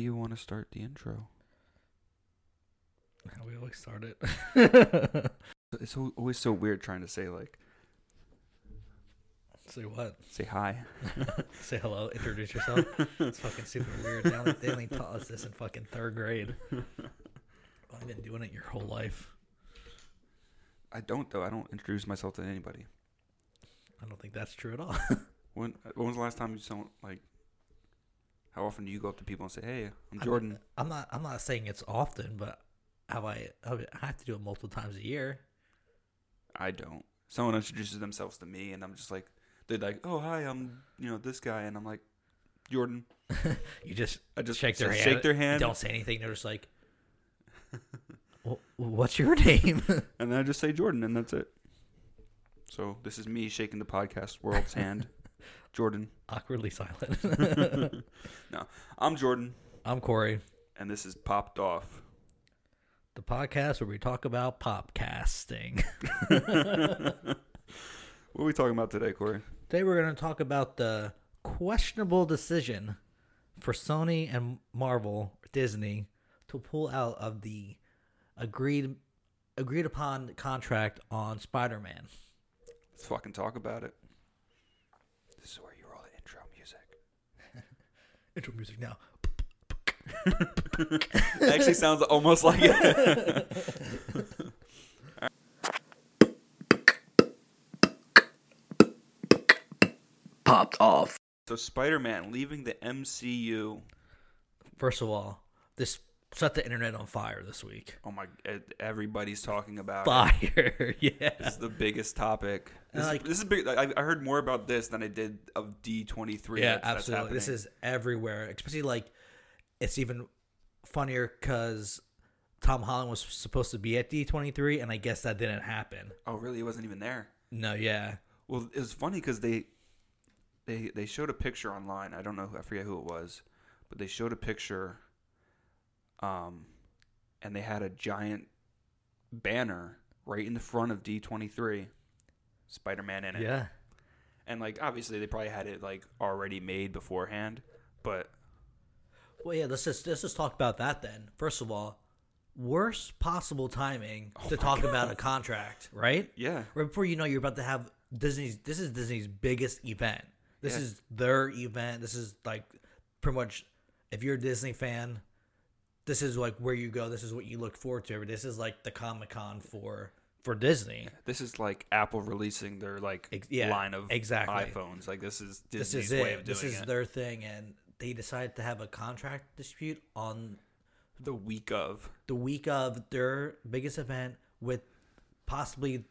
to start the intro. How we always start it. It's al- always so weird trying to say like Say what? say hi. Say hello. Introduce yourself. it's fucking super weird. They only, they only taught us this in fucking third grade. I've been doing it your whole life. I don't though. I don't introduce myself to anybody. I don't think that's true at all. When when was the last time you someone like? How often do you go up to people and say, "Hey, I'm Jordan"? I am not. I'm not saying it's often, but have I? have I I have to do it multiple times a year. I don't. Someone introduces themselves to me, and I'm just like, they're like, "Oh, hi, I'm you know this guy," and I'm like, "Jordan." You just I just shake their said, hand. shake their hand. Don't say anything. They're just like, "Wh- "What's your name?" and then I just say Jordan, and that's it. So this is me shaking the podcast world's hand, Jordan. Awkwardly silent. No, I'm Jordan, I'm Corey. and this is popped off. the podcast where we talk about popcasting. What are we talking about today, Corey? Today we're going to talk about the questionable decision for Sony and Marvel, Disney, to pull out of the agreed agreed upon contract on Spider-Man. Let's fucking talk about it. This is where you roll the intro music. Intro music now. It actually sounds almost like it. Popped off. So Spider-Man leaving the MCU. First of all, this set the internet on fire this week. Oh my! e- Everybody's talking about it. Fire. yeah. This is the biggest topic. And This, like- is, this is big. I, I heard more about this than I did of D twenty three. Yeah, absolutely. This is everywhere, especially like it's even funnier because Tom Holland was supposed to be at D23, and I guess that didn't happen. Oh, really? It wasn't even there. No, yeah. Well, it was funny because they, they they showed a picture online. I don't know. who- I forget who it was, but they showed a picture. Um, and they had a giant banner right in the front of D twenty three, Spider Man in it. Yeah. And like obviously they probably had it like already made beforehand, but Well, yeah, let's just, let's just talk about that then. First of all, worst possible timing Oh to talk about a contract, right? yeah, Right before you know you're about to have Disney's, this is Disney's biggest event. This Yeah. is their event. This is like pretty much, if you're a Disney fan, this is like where you go. This is what you look forward to. This is like the Comic Con for for Disney. this is like Apple releasing their like Ex- yeah, line of exactly. iPhones. Like this is This Disney's is way of doing it. This is it. their thing, and they decided to have a contract dispute on the week of. the week of their biggest event with possibly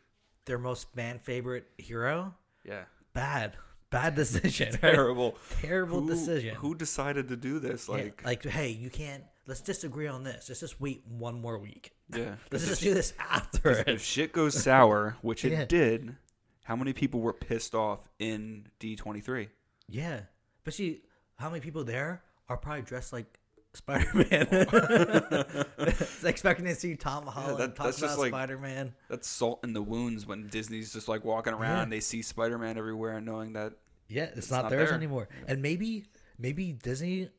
their most fan favorite hero. Yeah. Bad, bad decision. right? Terrible. Terrible Who- decision. Who decided to do this? Yeah, Like, like, hey, you can't. Let's disagree on this. Let's just wait one more week. yeah. Let's just do this after if it. shit goes sour, which it Yeah. did, how many people were pissed off in D23? Yeah, but see, how many people there are probably dressed like Spider Man? expecting to see Tom Holland that- talk that's just about like- Spider Man. That's salt in the wounds when Disney's just like walking around Yeah. and they see Spider Man everywhere and knowing that Yeah, it's, not, not theirs there. anymore. And maybe, maybe Disney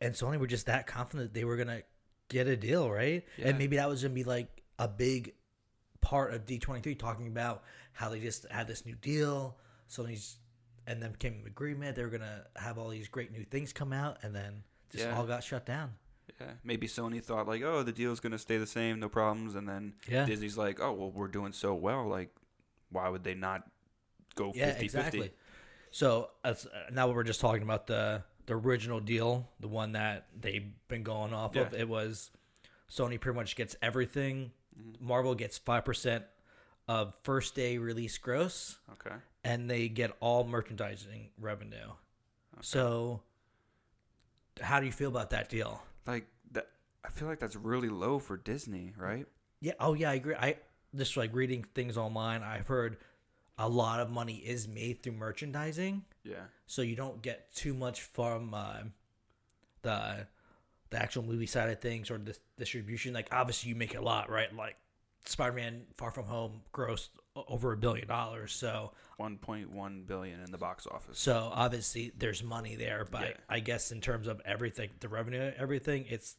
and Sony were just that confident they were gonna get a deal, right? Yeah. And maybe that was gonna be like a big part of D twenty three talking about how they just had this new deal. Sony's and then came an agreement they were gonna have all these great new things come out, and then just Yeah. all got shut down. Yeah, maybe Sony thought like, oh, the deal's gonna stay the same, no problems, and then Yeah. Disney's like, oh, well, we're doing so well, like, why would they not go 50-50? Yeah, exactly. So that's, uh, now we're just talking about the the original deal, the one that they've been going off of. Yeah. It was Sony pretty much gets everything. Marvel gets five percent of first day release gross, Okay, and they get all merchandising revenue. So, how do you feel about that deal? like that. I feel like that's really low for Disney, right? Yeah. Oh, yeah. I agree. I just like reading things online. I've heard a lot of money is made through merchandising. Yeah, so you don't get too much from uh, the the actual movie side of things or the distribution. Like obviously you make a lot, right? Like Spider-Man: Far From Home grossed o- over a billion dollars. So 1.1 billion in the box office. so obviously there's money there, but Yeah. I guess in terms of everything, the revenue, everything, it's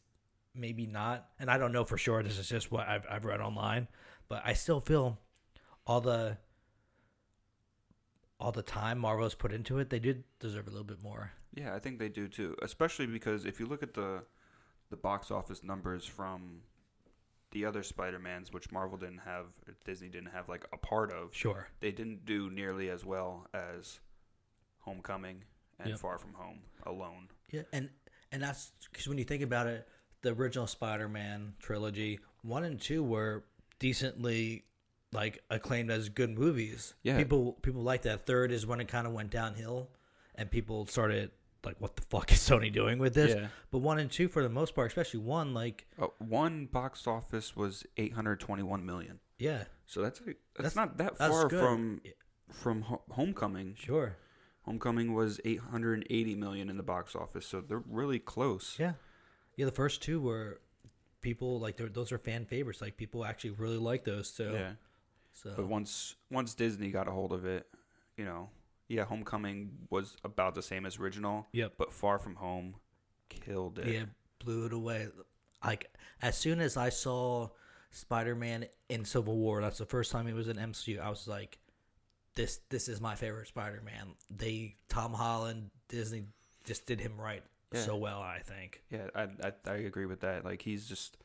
maybe not. And I don't know for sure. This is just what I've I've read online, but I still feel all the all the time Marvel's put into it, they do deserve a little bit more. Yeah, I think they do too. Especially because if you look at the the box office numbers from the other Spider-Mans which Marvel didn't have or Disney didn't have like a part of, Sure. they didn't do nearly as well as Homecoming and Yep. Far From Home alone. Yeah, and and that's because when you think about it, the original Spider-Man trilogy, one and two were decently like acclaimed as good movies. Yeah. people people liked that. Third is when it kind of went downhill, and people started like, "What the fuck is Sony doing with this?" Yeah. But one and two, for the most part, especially one, like Uh, one box office was 821 million. yeah, So that's that's, That's- not that that's far good. from Yeah. from Ho- Homecoming. sure, Homecoming was 880 million in the box office, so they're really close. yeah, yeah. The first two were people like they're- those are fan favorites. Like people actually really like those. So Yeah. so But once once Disney got a hold of it, you know, yeah, Homecoming was about the same as original, yep. but Far From Home killed it. Yeah, blew it away. Like as soon as I saw Spider Man in Civil War, that's the first time he was in MCU. I was like, this this is my favorite Spider Man. They Tom Holland Disney just did him right Yeah. so well. I think. Yeah, I, I I agree with that. Like he's just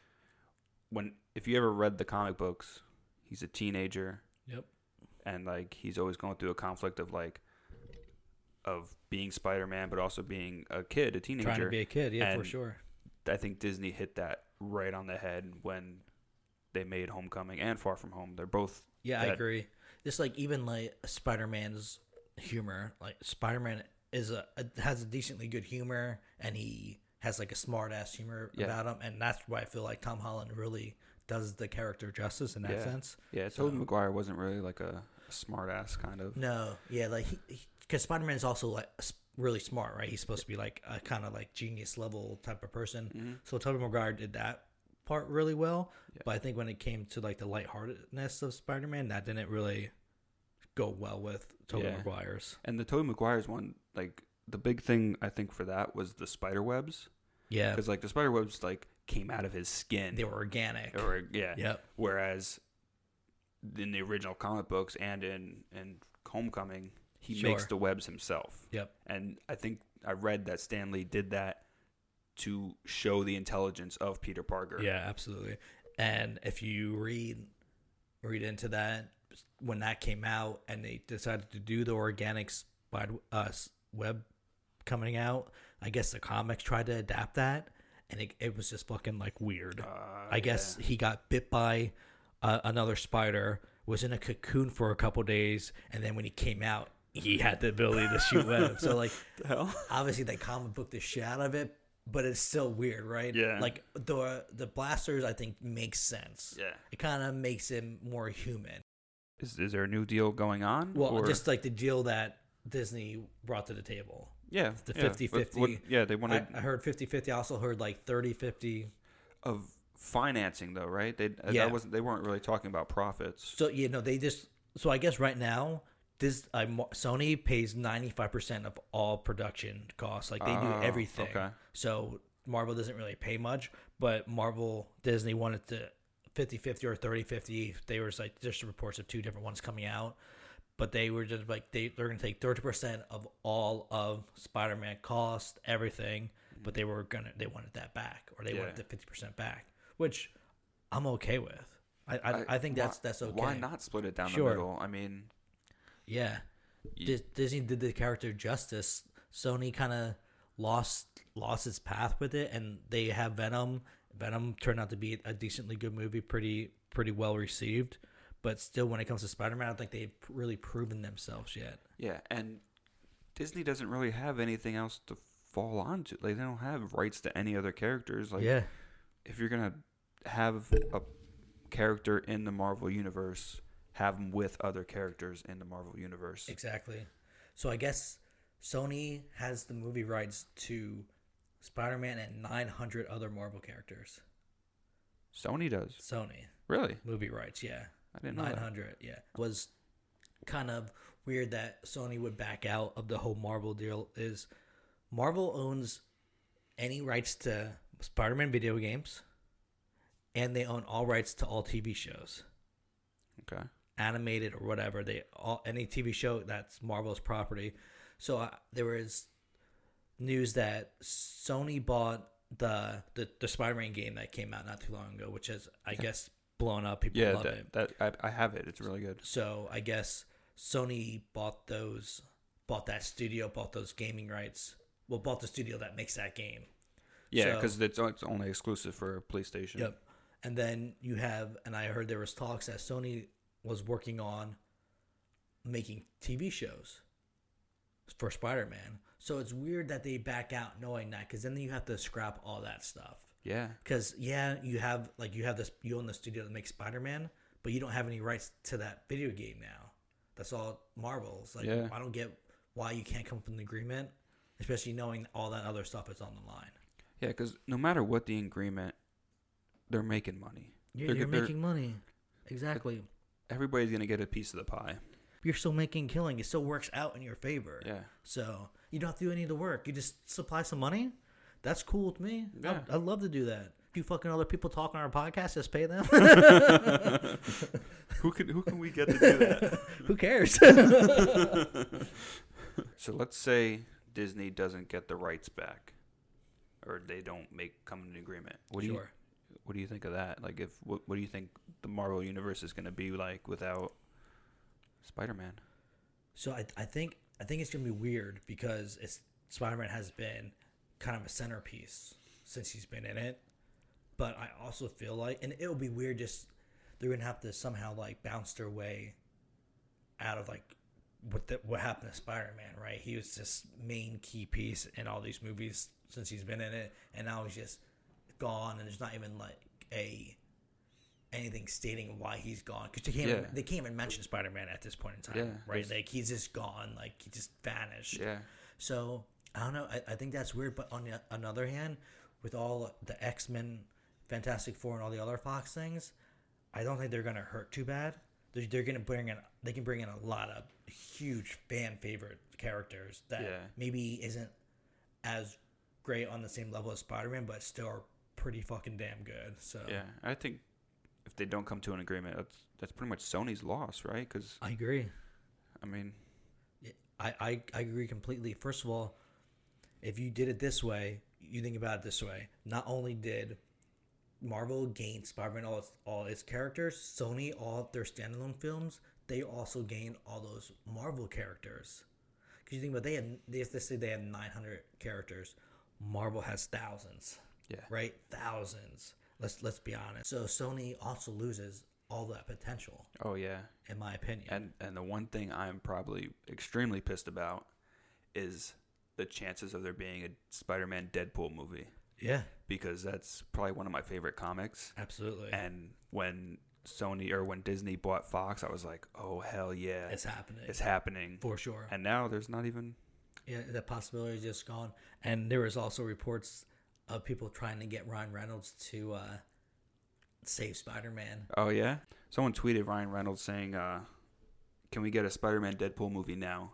when if you ever read the comic books, he's a teenager Yep. and like he's always going through a conflict of like of being Spider-Man but also being a kid, a teenager. Trying to be a kid, yeah, for and- sure. I think Disney hit that right on the head when they made Homecoming and Far From Home. They're both Yeah, I that- agree. Just like even like Spider Man's humor, like Spider Man is a, a has a decently good humor, and he has like a smart ass humor Yeah. about him, and that's why I feel like Tom Holland really does the character justice in that Yeah. sense. Yeah, Tobey Maguire wasn't really like a, a smart ass kind of. No, yeah, like because Spider Man's also like s- really smart, right? He's supposed to be like a kind of like genius level type of person. So Tobey Maguire did that part really well, but I think when it came to like the lightheartedness of Spider Man, that didn't really go well with Tobey Yeah. Maguire's. And the Tobey Maguire's one, like the big thing I think for that was the spider webs, Yeah, because like the spider webs like came out of his skin. they were organic. or yeah. Yep. Whereas in the original comic books and in and Homecoming, he makes Sure. the webs himself. Yep. And I think I read that Stanley did that to show the intelligence of Peter Parker. Yeah, absolutely. And if you read read into that when that came out and they decided to do the organic spider uh, s- web coming out, I guess the comics tried to adapt that and it, it was just fucking like weird. Uh, I guess he got bit by uh, another spider, was in a cocoon for a couple days, and then when he came out, he had the ability to shoot web. So like the hell. obviously they comic book the shit out of it, but it's still weird, right? Yeah. Like the the blasters, I think makes sense. Yeah. It kind of makes him more human. Is, is there a new deal going on? Well, or- just like the deal that Disney brought to the table. yeah, the yeah. What- 50-50. what- Yeah, they wanted I, I heard 50-50. I also heard like 30-50. of financing though, right? They uh, Yeah. that wasn't they weren't really talking about profits. So you know they just so I guess right now this uh, Mo- Sony pays ninety five percent of all production costs. Like they Ah, do everything. okay. So Marvel doesn't really pay much, but Marvel Disney wanted to 50-50 or 30-50. They were like just reports of two different ones coming out. But they were just like they they're gonna take thirty percent of all of Spider Man cost, everything. But they were gonna they wanted that back, or they Yeah. wanted the fifty percent back, which I'm okay with. I I, I, think why- that's that's okay. Why not split it down Sure. the middle? I mean, Yeah. Dis- Disney did the character justice. Sony kind of lost lost its path with it, and they have Venom. Venom turned out to be a decently good movie, pretty pretty well received. But still, when it comes to Spider Man, I don't think they've really proven themselves yet. yeah, and Disney doesn't really have anything else to fall onto. Like they don't have rights to any other characters. Like yeah, if you're gonna have a character in the Marvel universe, have them with other characters in the Marvel universe. exactly. So I guess Sony has the movie rights to Spider Man and 900 other Marvel characters. Sony does. Sony Really? movie rights. Yeah, I didn't know. nine That. hundred. Yeah, was kind of weird that Sony would back out of the whole Marvel deal. Is Marvel owns any rights to Spider-Man video games, and they own all rights to all TV shows. Okay. animated or whatever. They all any TV show that's Marvel's property. So uh, there was news that Sony bought the the, the Spider-Man game that came out not too long ago, which has I guess blown up. People Yeah, love it. that, that I, I have it. It's really good. So I guess Sony bought those, bought that studio, bought those gaming rights. Well, bought the studio that makes that game. Yeah, So- because it's, it's only exclusive for PlayStation. Yep. And then you have, and I heard there was talks that Sony was working on making TV shows for Spider Man. So it's weird that they back out knowing that, because then you have to scrap all that stuff. Yeah. Because yeah, you have like you have this, you own the studio that makes Spider Man, but you don't have any rights to that video game now. That's all Marvel's. Like Yeah. I don't get why you can't come up with an agreement, especially knowing all that other stuff is on the line. Yeah, because no matter what the agreement, they're making money. You're, They're- you're they're- making money. Exactly. Everybody's gonna get a piece of the pie. you're still making killing. It still works out in your favor. Yeah. So you don't have to do any of the work. You just supply some money. That's cool with me. Yeah. I, would love to do that. Do fucking other people talk on our podcast? Just pay them. Who can who can we get to do that? Who cares? so let's say Disney doesn't get the rights back, or they don't make come to an agreement. What do sure. you what do you think of that? Like, if what what do you think the Marvel universe is gonna be like without Spider Man? So I, I think I think it's gonna be weird because it's Spider-Man has been kind of a centerpiece since he's been in it. But I also feel like, and it'll be weird. Just they're gonna have to somehow like bounce their way out of like what the, what happened to Spider-Man. Right? He was this main key piece in all these movies since he's been in it, and now he's just gone, and there's not even like a anything stating why he's gone because they can't Yeah. they can't even mention Spider-Man at this point in time. Yeah, right? it's- Like he's just gone. Like he just vanished. Yeah, So I don't know. I, I think that's weird. But on the, another hand, with all the X Men, Fantastic Four, and all the other Fox things, I don't think they're gonna hurt too bad. They're, they're gonna bring in. They can bring in a lot of huge fan favorite characters that Yeah. maybe isn't as great on the same level as Spider Man, but still are pretty fucking damn good. So yeah. I think if they don't come to an agreement, that's that's pretty much Sony's loss, right? Because I agree. I mean, I, I, I agree completely. First of all, if you did it this way, you think about it this way. Not only did Marvel gain Spider-Man all its, all its characters, Sony all their standalone films, they also gained all those Marvel characters. Because you think about they had they they say they have 900 characters, Marvel has thousands yeah, right? Thousands. Let's let's be honest. So Sony also loses all that potential, oh yeah. in my opinion. And and the one thing I'm probably extremely pissed about is the chances of there being a Spider-Man Deadpool movie yeah, because that's probably one of my favorite comics. absolutely. And when Sony or when Disney bought Fox, I was like, "Oh hell yeah, it's, it's happening. happening!" For sure. And now there's not even yeah, that possibility is just gone. And there was also reports of people trying to get Ryan Reynolds to uh, save Spider Man. Oh yeah. Someone tweeted Ryan Reynolds saying, uh, "Can we get a Spider-Man Deadpool movie now?"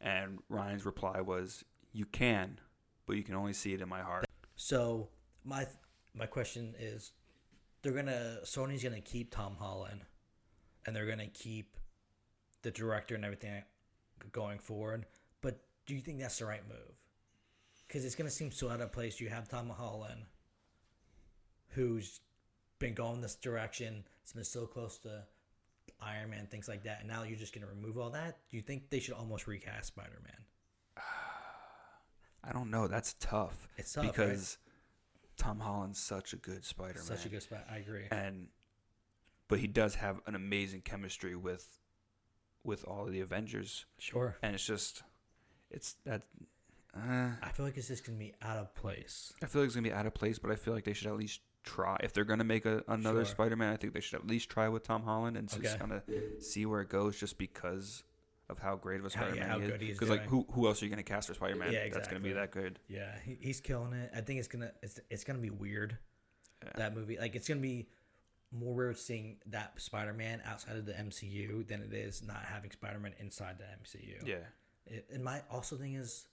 And Ryan's reply was, "You can, but you can only see it in my heart." So my my question is, they're gonna Sony's gonna keep Tom Holland, and they're gonna keep the director and everything going forward. But do you think that's the right move? Because it's gonna seem so out of place. You have Tom Holland, who's been going this direction. It's been so close to Iron Man, things like that, and now you're just gonna remove all that. Do you think they should almost recast Spider Man? I don't know. That's tough. It's tough, right? because Tom Holland's such a good Spider-Man. Such a good spot. I agree. and but he does have an amazing chemistry with with all the Avengers, Sure. and it's just it's that. Uh, I feel like it's just gonna be out of place. I feel like it's gonna be out of place, but I feel like they should at least try. If they're gonna make a, another Sure. Spider-Man, I think they should at least try with Tom Holland and Okay. just kind of see where it goes, just because of how great of a How- yeah, Spider-Man how he is. good he is Because like, doing. who who else are you gonna cast for Spider-Man Yeah, that's gonna exactly. be that good? Yeah, he, he's killing it. I think it's gonna it's it's gonna be weird. Yeah. That movie, like, it's gonna be more weird seeing that Spider Man outside of the MCU than it is not having Spider Man inside the MCU. Yeah. It- and my also thing is,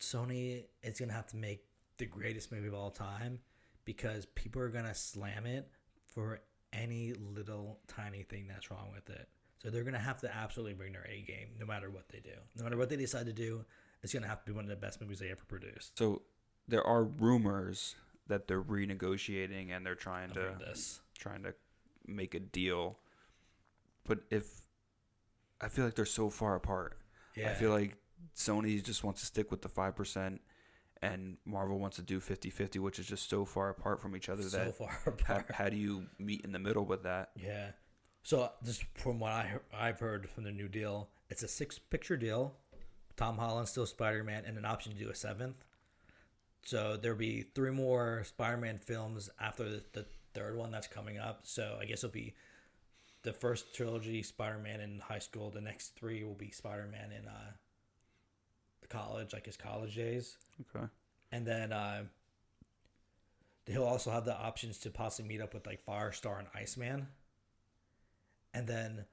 Sony is gonna have to make the greatest movie of all time because people are gonna slam it for any little tiny thing that's wrong with it. So they're gonna have to absolutely bring their A game, no matter what they do, no matter what they decide to do. It's gonna have to be one of the best movies they ever produced. So there are rumors that they're renegotiating and uh, they're trying I to mean, this. trying to make a deal. But if I feel like they're so far apart. Yeah. I feel like Sony just wants to stick with the 5% and Marvel wants to do 50-50, which is just so far apart from each other so that far how, apart. how do you meet in the middle with that? Yeah. So just from what I he- I've heard from the new deal, it's a six picture deal. Tom Holland still Spider Man, and an option to do a seventh. So there'll be three more Spider Man films after the, the third one that's coming up. So I guess it'll be the first trilogy Spider Man in high school. The next three will be Spider Man in uh, college, like his college days. Okay. And then uh, he'll also have the options to possibly meet up with like Firestar and Iceman. And then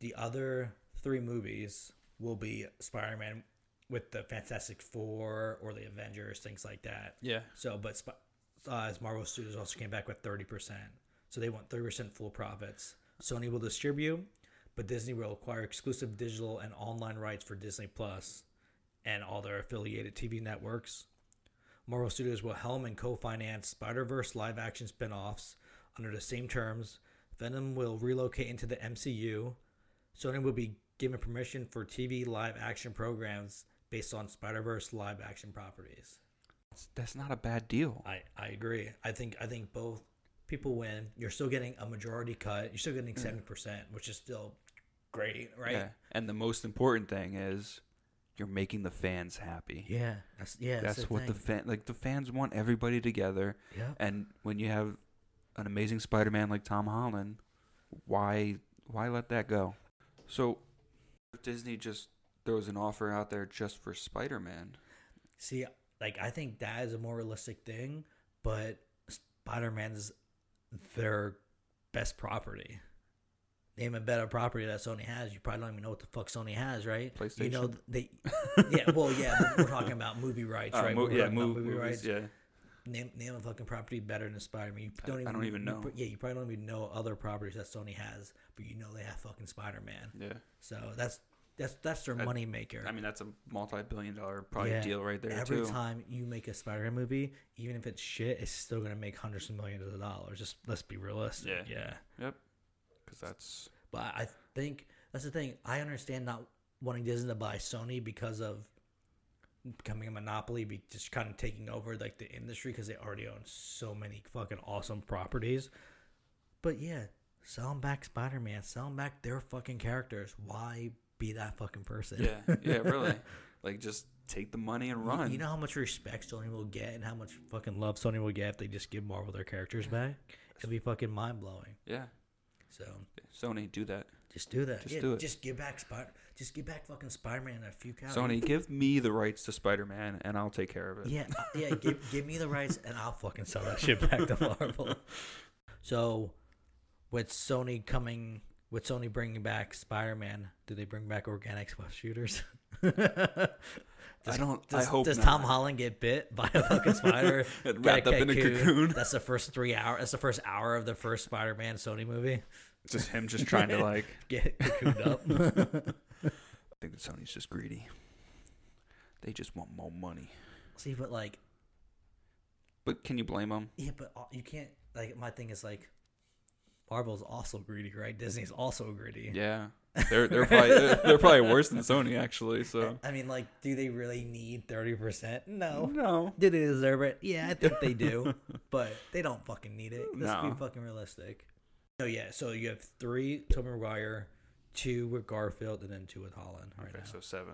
the other three movies will be Spider Man with the Fantastic Four or the Avengers, things like that. Yeah. So, but Sp- uh, as Marvel Studios also came back with 30%. So they want 30% full profits. Sony will distribute, but Disney will acquire exclusive digital and online rights for Disney Plus and all their affiliated TV networks. Marvel Studios will helm and co finance Spider Verse live action spin offs under the same terms. Venom will relocate into the MCU. Sony will be given permission for TV live action programs based on Spider Verse live action properties. That's not a bad deal. I, I agree. I think I think both people win. You're still getting a majority cut. You're still getting seventy percent, which is still great, right? Mm. Yeah. And the most important thing is you're making the fans happy. Yeah. That's yeah. That's what the fan like the fans want everybody together. yeah. And when you have an amazing Spider-Man like Tom Holland, why why let that go? So if Disney just throws an offer out there just for Spider-Man, See, like I think that is a more realistic thing, but Spider Man's their best property. Name a better property that Sony has. You probably don't even know what the fuck Sony has, right? You know PlayStation? they. yeah, well, yeah. but We're talking about movie Uh, rights, right? We're talking about yeah. Name, name a fucking property better than Spider-Man. You I- don't I even, don't even you know. pr- yeah, you probably don't even know other properties that Sony has, but you know they have fucking Spider-Man. Yeah. So that's that's that's their I- moneymaker. I mean, that's a multi-billion dollar probably Yeah. deal right there Every too. time you make a Spider-Man movie, even if it's shit, it's still gonna make hundreds of millions of dollars. Just let's be realistic. Yeah. Yeah. Yep. Cuz that's But I think that's the thing. I understand not wanting Disney to buy Sony because of becoming a monopoly, be just kind of taking over like the industry because they already own so many fucking awesome properties. But yeah, sell them back Spider Man, sell them back their fucking characters. Why be that fucking person? yeah. Yeah, really. like just take the money and You- run. You know how much respect Sony will get and how much fucking love Sony will get if they just give Marvel their characters back? It'll be fucking mind blowing. yeah. So Sony do that. just do that. Just yeah, do it. Just give back Spider. Just give back fucking Spider Man a few characters. Sony, give me the rights to Spider-Man and I'll take care of it. Yeah, I- yeah. Give, give me the rights, and I'll fucking sell that shit back to Marvel. So, with Sony coming, with Sony bringing back Spider Man, do they bring back organic sweat shooters? I don't Does, I hope does not. Tom Holland get bit by a fucking spider? And got wrapped up in a cocoon. That's the first three hour. That's the first hour of the first Spider Man Sony movie. just him just trying to like Get cocooned up. I think that Sony's just greedy. They just want more money. See, but like, But can you blame them? yeah, but all- you can't. Like, my thing is like, Marvel's also greedy, right? Disney's also greedy. Yeah. They're they're probably they're, they're probably worse than Sony actually, so I mean, like, do they really need 30%? No. no. Do they deserve it? Yeah, I think they do. but they don't fucking need it. Let's No. be fucking realistic. No, yeah. So you have three Tobey Maguire, two with Garfield, and then two with Holland right Okay, now. so 7.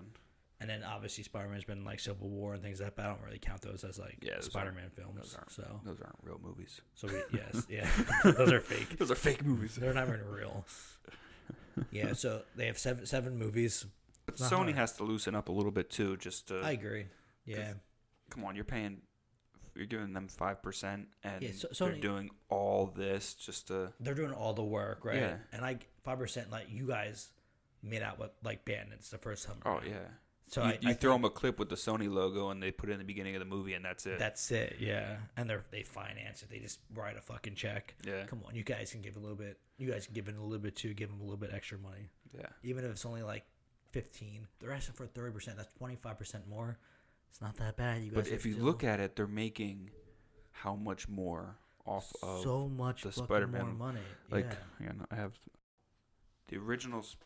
And then obviously Spider Man's been like Civil War and things like that. But I don't really count those as like Yeah, those Spider Man films. those aren't- So, Those aren't real movies. so we, yes, yeah, those are fake. Those are fake movies. They're not even real. Yeah. So they have seven seven movies. But not Sony hard. has to loosen up a little bit too just to I agree. Yeah. Come on, you're paying you're giving them five percent, and Yeah, so- they're Sony- doing all this just to They're doing all the work, right? Yeah. And I five percent like you guys made out with like bandits the first time. oh yeah. So you I, you I throw think them a clip with the Sony logo, and they put it in the beginning of the movie, and that's it. That's it. Yeah. And they are they finance it. They just write a fucking check. yeah, Come on, you guys can give a little bit. You guys can give it a little bit too. Give them a little bit extra money, yeah. even if it's only like fifteen. They're asking for thirty percent. That's twenty five percent more. It's not that bad. You guys. But if you look at it, they're making how much more off of so much the fucking more Spider-Man, money, like yeah. yeah. no, I have the original. Sp-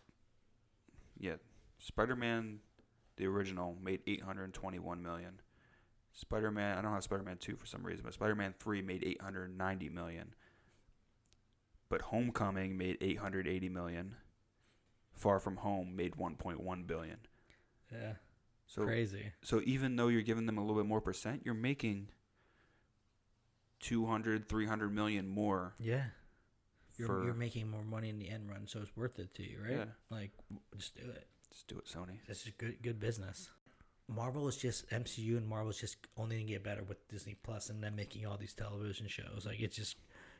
Yeah, Spider-Man, the original made 821 million. Spider-Man, I don't have Spider-Man 2 for some reason, but Spider-Man 3 made 890 million. But Homecoming made 880 million. Far From Home made 1.1 billion. yeah, So crazy. so even though you're giving them a little bit more percent, you're making 200, 300 million more Yeah, you're, for you're making more money in the end run, so it's worth it to you, right? Yeah. Like, w- just do it. Just do it, Sony. This is good, good business. Marvel is just MCU, and Marvel is just only gonna get better with Disney Plus, and then making all these television shows. Like, it's just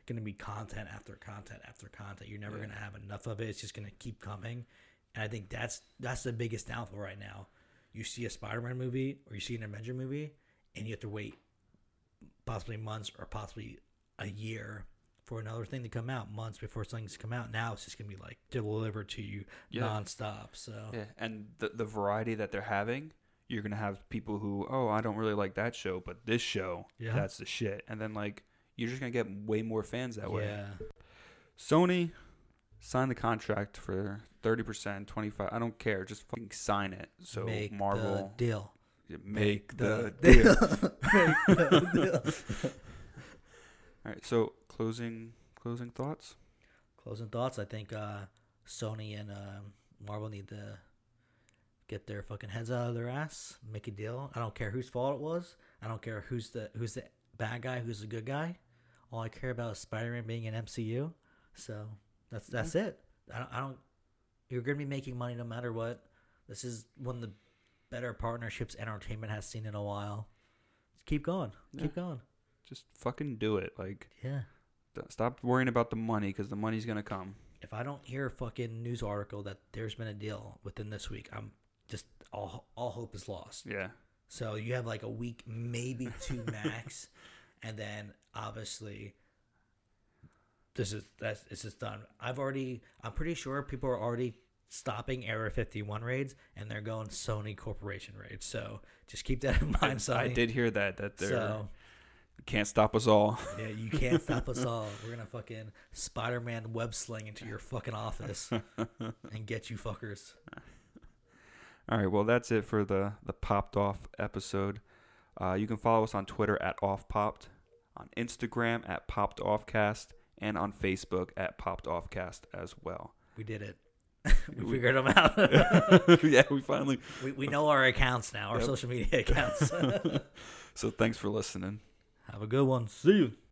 gonna be content after content after content. You're never Yeah. gonna have enough of it. It's just gonna keep coming, and I think that's that's the biggest downfall right now. You see a Spider-Man movie or you see an Avenger movie, and you have to wait possibly months or possibly a year for another thing to come out months before something's come out now it's just gonna be like delivered to you Yeah. nonstop so Yeah, and the the variety that they're having, you're gonna have people who, oh, I don't really like that show, but this show, Yeah. that's the shit. And then like, you're just gonna get way more fans that way. yeah Sony, sign the contract for thirty percent, twenty five. I don't care, just fucking sign it. So make Marvel the deal yeah, make the, deal. Make the deal. All right, so closing closing thoughts. closing thoughts i think uh sony and uh, marvel need to get their fucking heads out of their ass make a deal i don't care whose fault it was i don't care who's the who's the bad guy who's the good guy all i care about is spider-man being an mcu so that's Mm-hmm. that's it I don't, I don't you're gonna be making money no matter what this is one of the better partnerships entertainment has seen in a while Just keep going keep going Just fucking do it. Like, yeah th- stop worrying about the money because the money's gonna come. if I don't hear a fucking news article that there's been a deal within this week, I'm just all all hope is lost. Yeah. So you have like a week, maybe two max, and then obviously this is that's it's just done. I've already I'm pretty sure people are already stopping Area 51 raids and they're going Sony Corporation raids. So just keep that in mind, Sony. I did hear that that they're So can't stop us all. yeah, you can't stop us all. We're gonna fucking Spider-Man web sling into your fucking office and get you fuckers. All right, well that's it for the the popped off episode. Uh, you can follow us on Twitter at off popped, on Instagram at popped offcast, and on Facebook at popped offcast as well. We did it. we, figured them out. yeah, we finally. we, we know our accounts now, our social media accounts. So thanks for listening. Have a good one. See you.